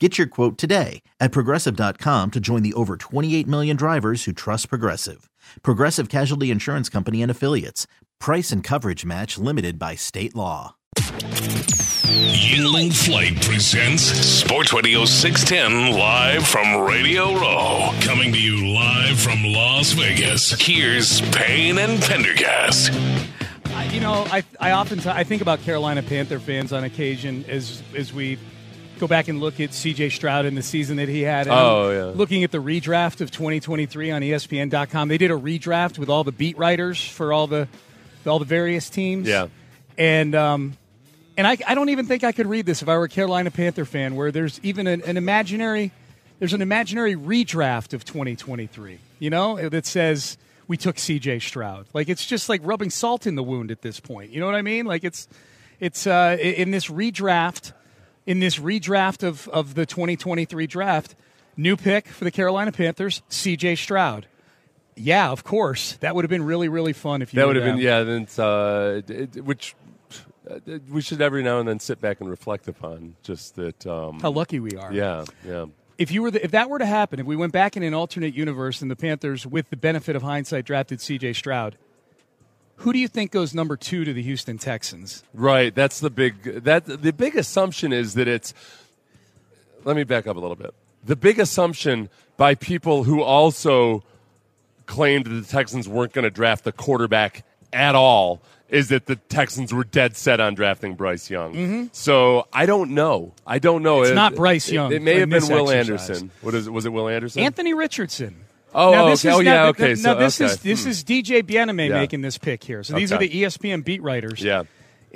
Get your quote today at progressive.com to join the over 28 million drivers who trust Progressive. Progressive Casualty Insurance Company and Affiliates. Price and coverage match limited by state law. Yingling Flight presents Sports Radio 610 live from Radio Row. Coming to you live from Las Vegas. Here's Payne and Pendergast. I- you know, I I often I think about Carolina Panther fans on occasion as as we go back and look at C.J. Stroud and the season that he had. And Oh, yeah. Looking at the redraft of 2023 on E ESPN.com, they did a redraft with all the beat writers for all the all the various teams. Yeah. and um, and I I don't even think I could read this if I were a Carolina Panther fan, where there's even an, an imaginary there's an imaginary redraft of 2023. You know uh, that says. We took C.J. Stroud. Like it's just like rubbing salt in the wound at this point. You know what I mean? Like it's, it's uh, i- in this redraft in this redraft of, of the 2023 draft, new pick for the Carolina Panthers, CJ Stroud. Yeah, of course. That would have been really, really fun if you did That would have been yeah. Then it's, uh, it, it- which uh, it- we should every now and then sit back and reflect upon just that. Um, How lucky we are. Yeah, yeah. If you were the, if that were to happen, if we went back in an alternate universe and the Panthers, with the benefit of hindsight, drafted CJ Stroud, who do you think goes number two to the Houston Texans? Right. That's the big. That the big assumption is that it's. Let me back up a little bit. The big assumption by people who also claimed that the Texans weren't going to draft the quarterback at all is that the Texans were dead set on drafting Bryce Young. So I don't know. I don't know. Mm-hmm. It's It- not Bryce Young It, it may in have been this Will exercise. Anderson. What is it? Was it Will Anderson? Anthony Richardson. Oh, now, oh, this okay. Is, Oh, now, yeah, th- okay. th- So- now this okay. Hmm. is this is DJ Bienemy Yeah. making this pick here. So these are Okay. the E ESPN beat writers. Yeah.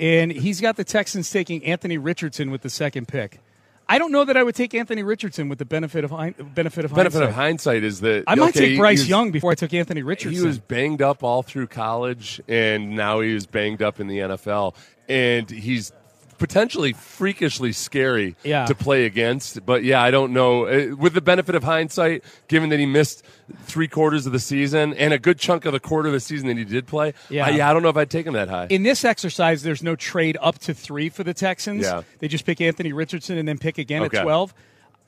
and he's got the Texans taking Anthony Richardson with the second pick. I don't know that I would take Anthony Richardson with the benefit of hind- benefit of benefit hindsight. of hindsight is that I might okay, take he Bryce was- Young before I took Anthony Richardson. He was banged up all through college, and now he was banged up in the NFL, and he's potentially freakishly scary Yeah. to play against. But yeah, I don't know. Uh, With the benefit of hindsight, given that he missed three quarters of the season and a good chunk of the quarter of the season that he did play, Yeah. I, yeah, I don't know if I'd take him that high. in this exercise, there's no trade up to three for the Texans. Yeah. They just pick Anthony Richardson and then pick again Okay. at 12.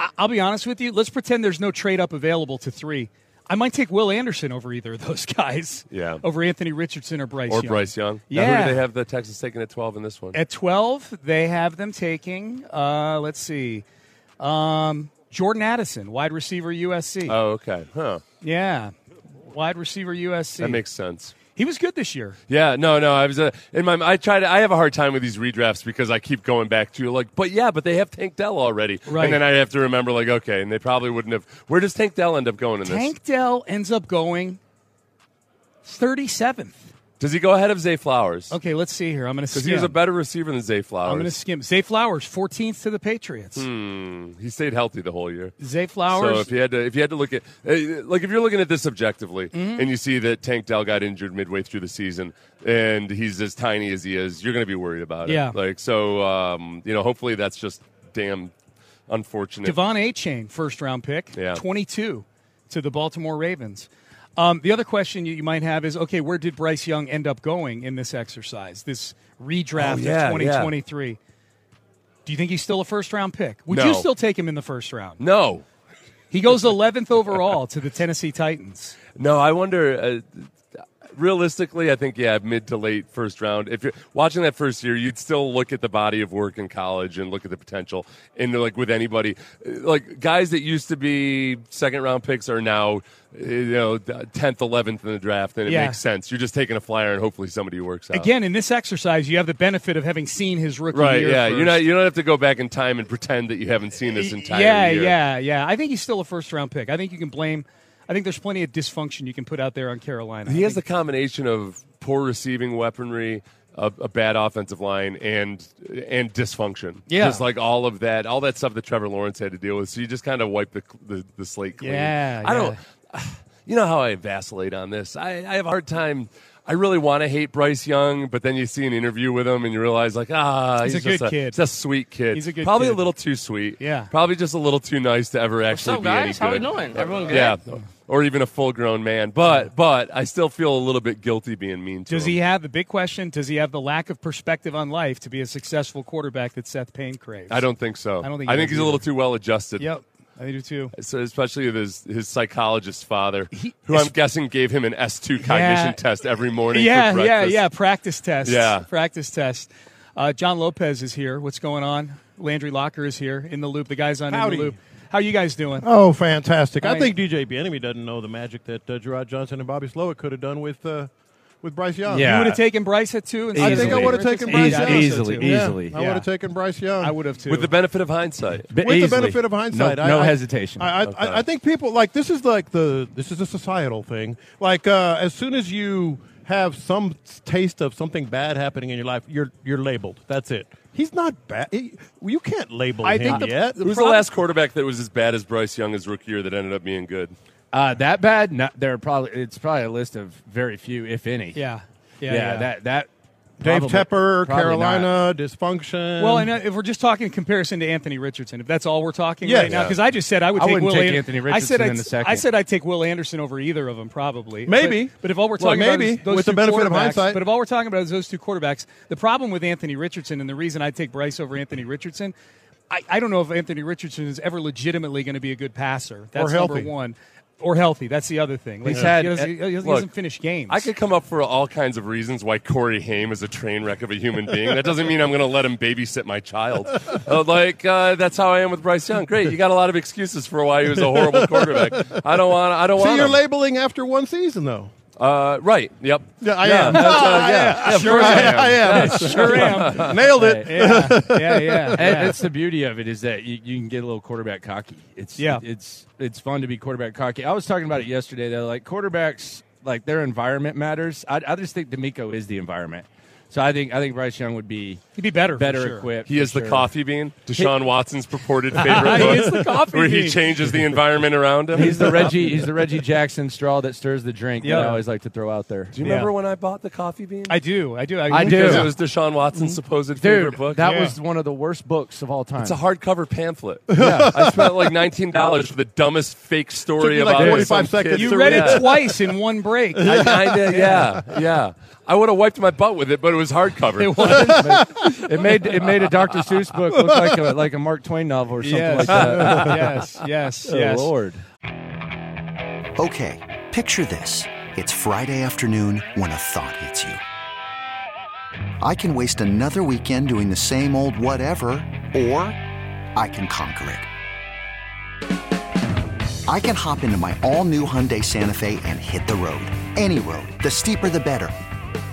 I- I'll be honest with you. Let's pretend there's no trade up available to three. I might take Will Anderson over either of those guys. Yeah. Over Anthony Richardson or Bryce or Young. Bryce Young. Yeah. Now, who do they have the Texans taking at twelve in this one? At 12, they have them taking, uh, let's see, um, Jordan Addison, wide receiver USC. oh, okay. Huh. yeah. Wide receiver USC. That makes sense. he was good this year. Yeah, no, no. I was uh, in my. I tried. I have a hard time with these redrafts because I keep going back to like, but yeah, but they have Tank Dell already, Right. and then I have to remember like, okay, and they probably wouldn't have. Where does Tank Dell end up going in Tank Dell ends up going 37th. this? Does he go ahead of Zay Flowers? Okay, let's see here. I'm going to Because skim. he was a better receiver than Zay I'm going to Flowers. skim. Zay Flowers, 14th to the Patriots. he stayed healthy the whole year. Zay Hmm. So Flowers. if you had to, if you had to look at, uh, like, if you're looking at this objectively, Mm-hmm. and you see that Tank Dell got injured midway through the season, and he's as tiny as he is, you're going to be worried about it. Yeah. Like, so, um, you know, hopefully that's just damn unfortunate. Devon A. Chain, first round pick, Yeah. 22 to the Baltimore Ravens. Um, the other question you, you might have is okay, where did Bryce Young end up going in this exercise, this redraft Oh, yeah, of 2023? Do you think he's still a first round pick? Would No. you still take him in the first round? No, He goes 11th overall to the Tennessee Titans. No, I wonder. Uh, realistically, I think yeah, mid to late first round. If you're watching that first year, you'd still look at the body of work in college and look at the potential. And like with anybody, Uh, like guys that used to be second round picks are now uh, you know tenth, eleventh in the draft, and it Yeah. makes sense. You're just taking a flyer and hopefully somebody works out. Again, in this exercise, you have the benefit of having seen his rookie Right, year. yeah. you You're first. not you don't have to go back in time and pretend that you haven't seen this entire yeah, year. yeah, yeah. I think he's still a first round pick. I think you can blame. I think there's plenty of dysfunction you can put out there on Carolina. He I has the think- combination of poor receiving weaponry, a, a bad offensive line, and and dysfunction. Yeah. just like all of that, all that stuff that Trevor Lawrence had to deal with. So you just kind of wipe the the, the slate clean. Yeah, I don't. You know how I vacillate on this. I, I have a hard time. I really want to hate Bryce Young, but then you see an interview with him and you realize, like, ah, He's he's, a good just kid. He's a sweet kid. He's a good Probably kid. a little too sweet. Yeah. Probably just a little too nice to ever actually up, be any guys? How we good. doing? Everyone good? Yeah, or even a full grown man. But but I still feel a little bit guilty being mean to Does him. he have the big question? Does he have the lack of perspective on life to be a successful quarterback that Seth Payne craves? I don't think so. I don't think I he think does he's a little too well adjusted. Yep, I do too. So especially with his his psychologist father, He- who I'm guessing gave him an S two cognition Yeah. test every morning. Yeah, for yeah, breakfast. yeah. Practice test. Yeah. practice test. Uh, John Lopez is here. What's going on? Landry Locker is here in the loop. The guys on Howdy. in the loop. How you guys doing? Oh, fantastic! I Nice. think DJ Bienemy doesn't know the magic that uh, Gerard Johnson and Bobby Slowick could have done with uh, with Bryce Young. You Yeah. would have taken Bryce at two. instead I of think I Anthony would have Richardson? taken Bryce Easy- Young. I would've easily, too. Yeah, easily. I Yeah. would have taken Bryce Young. I would have too. With the benefit of hindsight, But With the easily. benefit of hindsight, No, I- no I- hesitation. I, I, I, I think people like this is like the this is a societal thing. Like uh, as soon as you have some taste of something bad happening in your life, you're you're labeled. That's it. He's not bad. He, you can't label I him think the- yet. who's the last quarterback that was as bad as Bryce Young as rookie year that ended up being good? uh, that bad? No, there are probably it's probably a list of very few, if any. yeah, yeah, yeah, yeah. that that. Dave probably- Tepper, probably Carolina not. dysfunction. Well, and uh, if we're just talking in comparison to Anthony Richardson, if that's all we're talking Yeah. right now, because I just said I would I take wouldn't Will take An- Anthony I said Richardson I'd, in a second. I said I'd take Will Anderson over either of them, probably. Maybe. but, but if all we're Well, talking maybe, about is those with two the benefit of quarterbacks- hindsight. but if all we're talking about is those two quarterbacks, the problem with Anthony Richardson and the reason I take Bryce over Anthony Richardson. I, I don't know if Anthony Richardson is ever legitimately going to be a good passer. That's healthy. number one. Or healthy. That's the other thing. Like, He's had- he, doesn't, he doesn't Look, finish games. I could come up for all kinds of reasons why Corey Haim is a train wreck of a human being. That doesn't mean I'm going to let him babysit my child. Uh, like uh, that's how I am with Bryce Young. Great, you got a lot of excuses for why he was a horrible quarterback. I don't want. I don't see, want. you're him. labeling after one season though. Uh, right. Yep. Yeah, I am. that's, uh, I yeah. am. Yeah, Sure first I I am. am. I am. sure am. Nailed it. Yeah, yeah, yeah. And That's the beauty of it is that you, you can get a little quarterback cocky. It's Yeah. it's it's fun to be quarterback cocky. I was talking about it yesterday though, like quarterbacks, like their environment matters. I, I just think D'Amico is the environment. So I think I think Bryce Young would be He'd be better. for better sure. equipped. He for is the sure. coffee bean, Deshaun Watson's purported favorite He book, is the coffee where bean. he changes the environment around him. He's the Reggie. He's the Reggie Jackson straw that stirs the drink. Yeah. That I always like to throw out there. Do you remember Yeah. when I bought the coffee bean? I do. I do. I do. Because Yeah. it was Deshaun Watson's supposed Dude, favorite book. that Yeah. was one of the worst books of all time. It's a hardcover pamphlet. I spent like nineteen dollars for the dumbest fake story Took me like about 45 some kid. seconds You to read Yeah. it twice in one break. I kinda, yeah, yeah. I would have wiped my butt with it, but it was hardcover. It was. it made it made a Dr. Seuss book look like a like a Mark Twain novel or something yes. like that. yes. Yes. Yes. Oh, Lord. Okay, picture this. It's Friday afternoon when a thought hits you. I can waste another weekend doing the same old whatever, or I can conquer it. I can hop into my all new Hyundai Santa Fe and hit the road. Any road. The steeper, the better.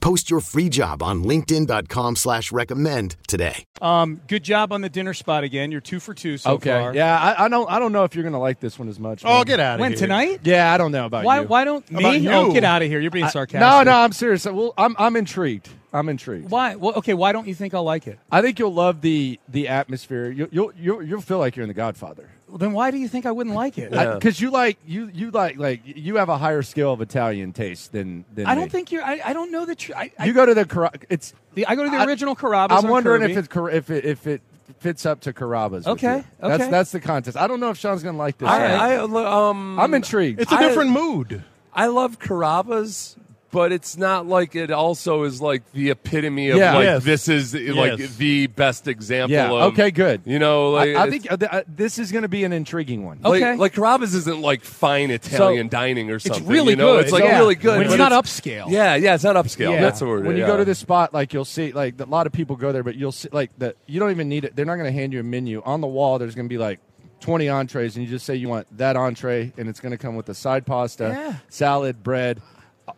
Post your free job on linkedin.com/recommend slash recommend today. Um, good job on the dinner spot again. You're two for two so okay. far. Yeah, I, I don't. I don't know if you're gonna like this one as much. Oh, man. get out of When here. tonight? Yeah, I don't know about Why? you. Why don't About me? you. Oh, get out of here! You're being sarcastic. No, no, I'm serious. Well, I'm I'm intrigued. I'm intrigued. Why? Well, okay. Why don't you think I'll like it? I think you'll love the the atmosphere. You, you'll you'll you'll feel like you're in The Godfather Well, then why do you think I wouldn't like it? I, because you like you you like like you have a higher scale of Italian taste than than I me. don't think you're. I, I don't know that you. I, you go to the Cara- it's. I, I go to the I- original Carrabba's. I'm on wondering Kirby. if it Cara- if it if it fits up to Carrabba's. with Okay, you. That's okay. that's the contest. I don't know if Sean's gonna like this. I, or not. I, um, I'm intrigued. It's a I- different mood. I love Carrabba's, but it's not like it also is like the epitome of Yeah. like Yes. this is like Yes. the best example Yeah. of Okay, good. You know, like I, I it's- think uh, th- uh, this is going to be an intriguing one. like, Okay. like Carrabba's isn't like fine Italian dining or something. really you know? good. It's like Yeah. really good. When it's but not upscale. Yeah, yeah, it's not upscale. That's the word. When you yeah. go to this spot, like you'll see, like a lot of people go there, but you'll see, like that you don't even need it. They're not going to hand you a menu on the wall. There's going to be like. 20 entrees, and you just say you want that entree, and it's going to come with a side pasta, Yeah. salad, bread,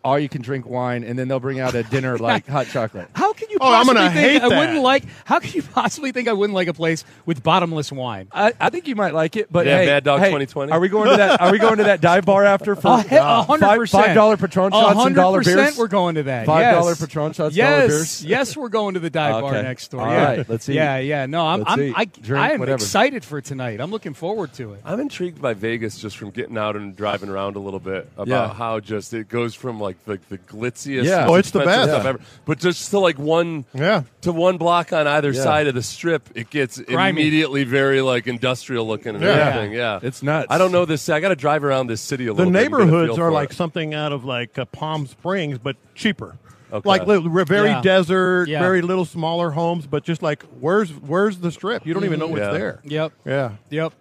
all you can drink wine, and then they'll bring out a dinner like hot chocolate. How can you Oh, I'm possibly gonna think hate I wouldn't that. like? How can you possibly think I wouldn't like a place with bottomless wine? I, I think you might like it, but Yeah, hey, Mad Dog hey, 2020. Are we going to that? Are we going to that dive bar after for A he- Oh, a uh, hundred five percent. five dollar Patron A shots and hundred dollar percent beers? We're going to that. Five yes. dollar Patron shots, Yes, dollar beers. yes, we're going to the dive bar Okay. next door. All yeah. right, let's eat. Yeah, yeah. No, I'm, Let's I'm eat, I, drink, I am whatever. excited for tonight. I'm looking forward to it. I'm intrigued by Vegas just from getting out and driving around a little bit about Yeah. how just it goes from like the, the glitziest, Yeah. most Oh, it's the expensive best. stuff ever, but just to like one, Yeah. to one block on either Yeah. side of the strip, it gets Grimy. immediately very like industrial looking and Yeah. everything. Yeah, It's nuts. I don't know this. I got to drive around this city a The little. bit and get a neighborhoods feel are for like it. something out of like uh, Palm Springs, but cheaper. Okay. Like li- li- very Yeah. desert, Yeah. very little smaller homes, but just like where's where's the strip? You don't even know what's Yeah. there. Yep. Yeah. Yep.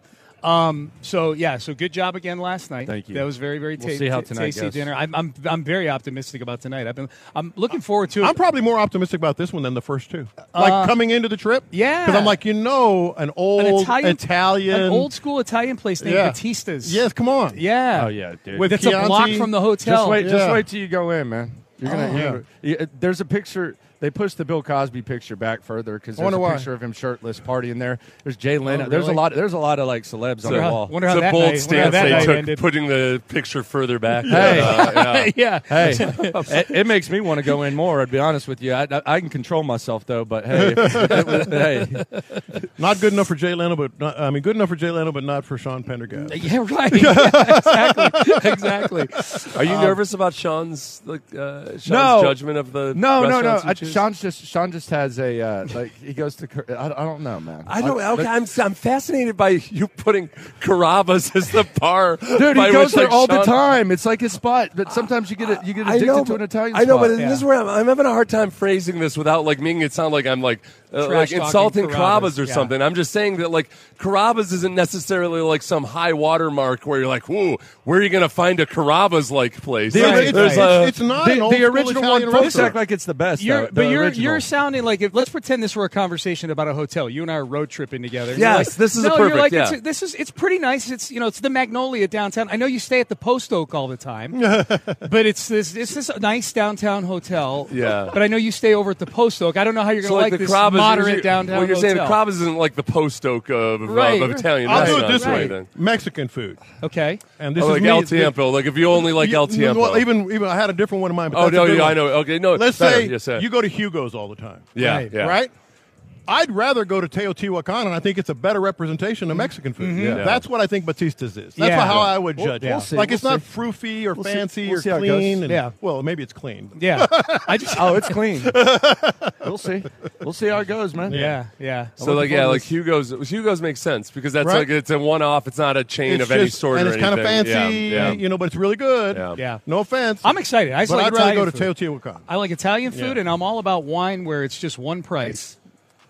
Um, so yeah, so good job again last night. Thank you. That was very very ta- We'll see how ta- tonight tasty goes. dinner. I'm, I'm I'm very optimistic about tonight. I've been I'm looking forward to it. I'm probably more optimistic about this one than the first two. Like coming into the trip, yeah. because I'm like, you know, Uh, an old an Italian, Italian- an old school Italian place named Yeah. Batista's. Yes, come on. Yeah. Oh, yeah, dude. With With it's a block Chianti. from the Just hotel. wait, just Yeah. wait till you go in, man. You're gonna. you're yeah. gonna- y- uh, there's a picture. They pushed the Bill Cosby picture back further because there's wonder a why. picture of him shirtless partying there. There's Jay Leno. There's a really? lot. There's a lot of like celebs on the how- wall. wonder It's how a that bold night- wonder how stance that they night took, ended. putting the picture further back. Hey. Uh, yeah. yeah. Hey, it, it makes me want to go in more. I'd be honest with you. I, I, I can control myself though, but hey, if- it was- hey, Not good enough for Jay Leno, but not, I mean, good enough for Jay Leno, but not for Sean Pendergast. Yeah, right. Yeah, exactly. exactly. Are you nervous about Sean's like uh, Sean's No. judgment of the no, no, no. restaurants you I, choose? Sean's just Sean just has a uh, like he goes to. Cor- I, I don't know, man. I don't. Okay, I'm, I'm fascinated by you putting Carrabba's as the bar. Dude, by he goes which, there like, all the Sean- time. It's like his spot, but sometimes you get a, you get addicted to an Italian. I know, spot. but this is where I'm, I'm having a hard time phrasing this without like making it sound like I'm like uh, like Trash-talking insulting Carrabba's, Carrabba's or yeah. something. I'm just saying that like Carrabba's isn't necessarily like some high watermark where you're like, whoa, where are you going to find a Carrabba's like place? It's- Right, it's, There's uh, it's- a- it's not the, an the old school original Italian one. Folks restaurant. act like it's the best. You're, though, but the you're original. you're sounding like if let's pretend this were a conversation about a hotel. You and I are road tripping together. and Yes, you're like, this is a no, perfect, You're like, yeah. it's, this is it's pretty nice. It's you know it's the Magnolia downtown. I know you stay at the Post Oak all the time, but it's this it's this nice downtown hotel. Yeah. But I know you stay over at the Post Oak. I don't know how you're so gonna like, the this Carrabba's moderate usually- downtown. Well, you're saying the hotel. Carrabba's isn't like the post oak of, of- Right. of Italian I'll do it restaurants, this way. right? Then. Mexican food. Okay. And this Oh, is like me- El Tiempo. Like if you only like Yeah, El Tiempo. Well, even even I had a different one in mind. But oh that's a no, good yeah, I one. know. Okay, no. Let's better, say yes, sir. you go to Hugo's all the time. Yeah, Right. yeah. Right? I'd rather go to Teotihuacan, and I think it's a better representation of Mexican food. Mhm. Yeah. That's what I think Batista's is. That's Yeah. how I would Mm-hmm. We'll- judge we'll it. see, Like we'll it's not see. froofy or We'll see- fancy we'll see how or it goes. clean. and- Yeah. Well, maybe it's clean. Yeah, I just Oh, it's clean. we'll see. We'll see how it goes, man. yeah yeah. So like yeah, like Hugo's Hugo's makes sense because that's Right. like it's a one off. It's not a chain It's of any just- sort and or it's kind of anything. fancy, Yeah, yeah. you know, but it's really good. Yeah. Yeah. No offense. I'm excited. I just but like I'd rather go Italian to food. Teotihuacan. I like Italian food, Yeah. and I'm all about wine where it's just one price.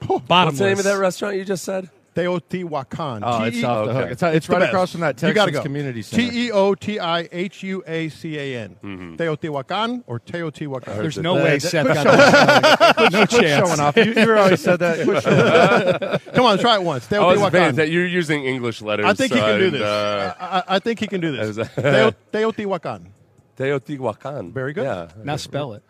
Bottomless. What's the name of that restaurant you just said? Teotihuacan. E Oh, it's T-E- off the okay. hook. It's, it's the right best. across from that You gotta Texas go. community center. T E O T I H U A C A N. Teotihuacan or Teotihuacan. There's no Uh, way that- Seth got that. no chance. Showing off. You, you always said that. Quit showing off. Come on, try it once. I was paying Teotihuacan. Oh, that you're using English letters. I so think he can do didn't, this. uh, I, I- I think he can do this. uh, I was- Teo- Teotihuacan. Teotihuacan. Very good. Yeah. Now spell it.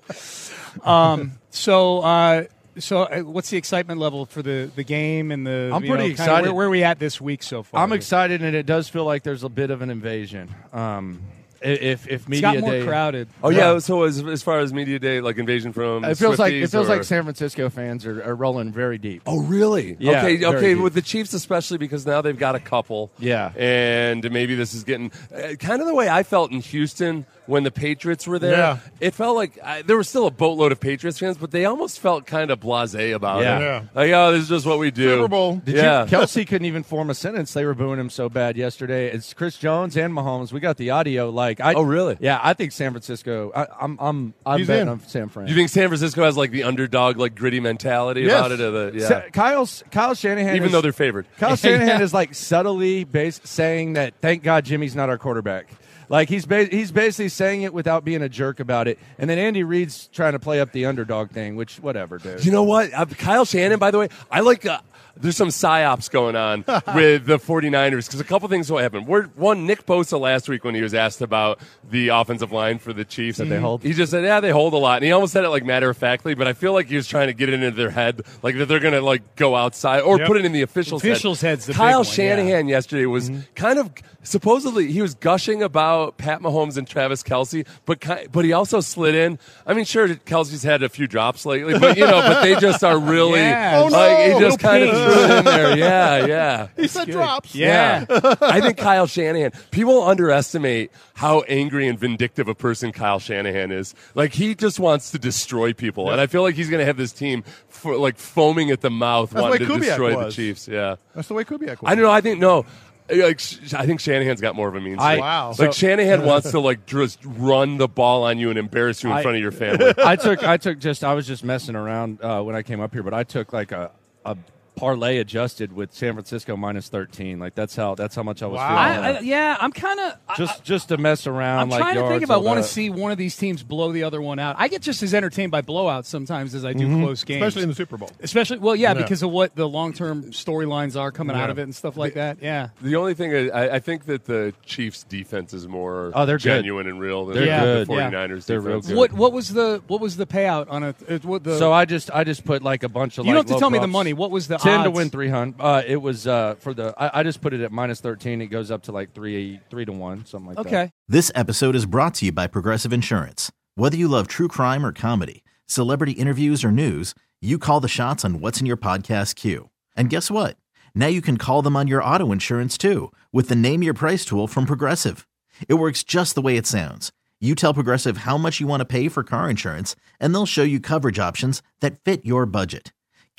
um, so, uh, so uh, what's the excitement level for the, the game and the? I'm you know, pretty kinda excited. Where, where are we at this week so far? I'm excited, and it does feel like there's a bit of an invasion. Um, i- if if It's media got more day, crowded. Oh yeah. So as, as far as media day, like invasion from it feels like it Swifties feels or- like San Francisco fans are, are rolling very deep. Oh really? Yeah, Okay. very Okay. deep. With the Chiefs, especially because now they've got a couple. Yeah. And maybe this is getting uh, kind of the way I felt in Houston when the Patriots were there. Yeah. It felt like I, there was still a boatload of Patriots fans, but they almost felt kind of blasé about Yeah. it. Yeah. Like oh, this is just what we do. Super Bowl. Did yeah. you, Kelsey couldn't even form a sentence. They were booing him so bad yesterday. It's Chris Jones and Mahomes. We got the audio. Like, I, Oh, really? Yeah, I think San Francisco. I, I'm, I'm, I'm He's betting in. on San Fran. You think San Francisco has like the underdog, like gritty mentality Yes. about it? Or the, yeah. Sa- Kyle's Kyle Shanahan, Even is- though they're favored. Kyle Shanahan Yeah. is like subtly bas saying that. Thank God Jimmy's not our quarterback. Like he's ba- he's basically saying it without being a jerk about it. And then Andy Reid's trying to play up the underdog thing, which whatever, dude. You know what? Uh, Kyle Shannon, by the way, I like. Uh, there's some psyops going on with the 49ers because a couple things will happen. We're, one, Nick Bosa last week when he was asked about the offensive line for the Chiefs that they hold? he just said, "Yeah, they hold a lot," and he almost said it like matter of factly, but I feel like he was trying to get it into their head, like that they're going to like go outside or Yep. put it in the officials' head. Officials' head's the big Kyle one, yeah. Shanahan yesterday was Mm-hmm. kind of supposedly he was gushing about Pat Mahomes and Travis Kelsey, but ki- but he also slid in. I mean, sure, Kelsey's had a few drops lately, but you know, but they just are really Yeah. Oh, like no, he just little kind of threw it in there. Yeah, yeah. He said drops. Yeah. I think Kyle Shanahan. People underestimate how angry and vindictive a person Kyle Shanahan is. Like he just wants to destroy people, and I feel like he's going to have this team for, like foaming at the mouth, That's wanting the way to Kubiak destroy was. the Chiefs. Yeah. That's the way Kubiak was. I don't know. I think no. Like, Sh- I think Shanahan's got more of a mean I- streak. Wow. Like Shanahan wants to like just run the ball on you and embarrass you in I- front of your family. I took I took just I was just messing around uh, when I came up here, but I took like a, a parlay adjusted with San Francisco minus thirteen. Like that's how that's how much I was Wow. feeling. I, I, yeah, I'm kind of. just just to mess around. I'm like trying to think yards, if I all want to that. see one of these teams blow the other one out. I get just as entertained by blowouts sometimes as I do close games, Especially in the Super Bowl. Especially, well, yeah, Yeah. because of what the long term storylines are coming out of it and stuff like that. Yeah. the only thing is, I, I think that the Chiefs defense is more Oh, they're good. genuine and real than They're the- good. the 49ers They're real defense. good. What what was the what was the payout on a uh, what the So I just I just put like a bunch of you don't like, have to low tell me the props. money. What was the ten to odds? win three hundred. Uh, it was uh, for the I, I just put it at minus thirteen. It goes up to like three three to one something like that. Okay. This episode is brought to you by Progressive Insurance. Whether you love true crime or comedy, celebrity interviews or news, you call the shots on what's in your podcast queue. And guess what? Now you can call them on your auto insurance too with the Name Your Price tool from Progressive. It works just the way it sounds. You tell Progressive how much you want to pay for car insurance, and they'll show you coverage options that fit your budget.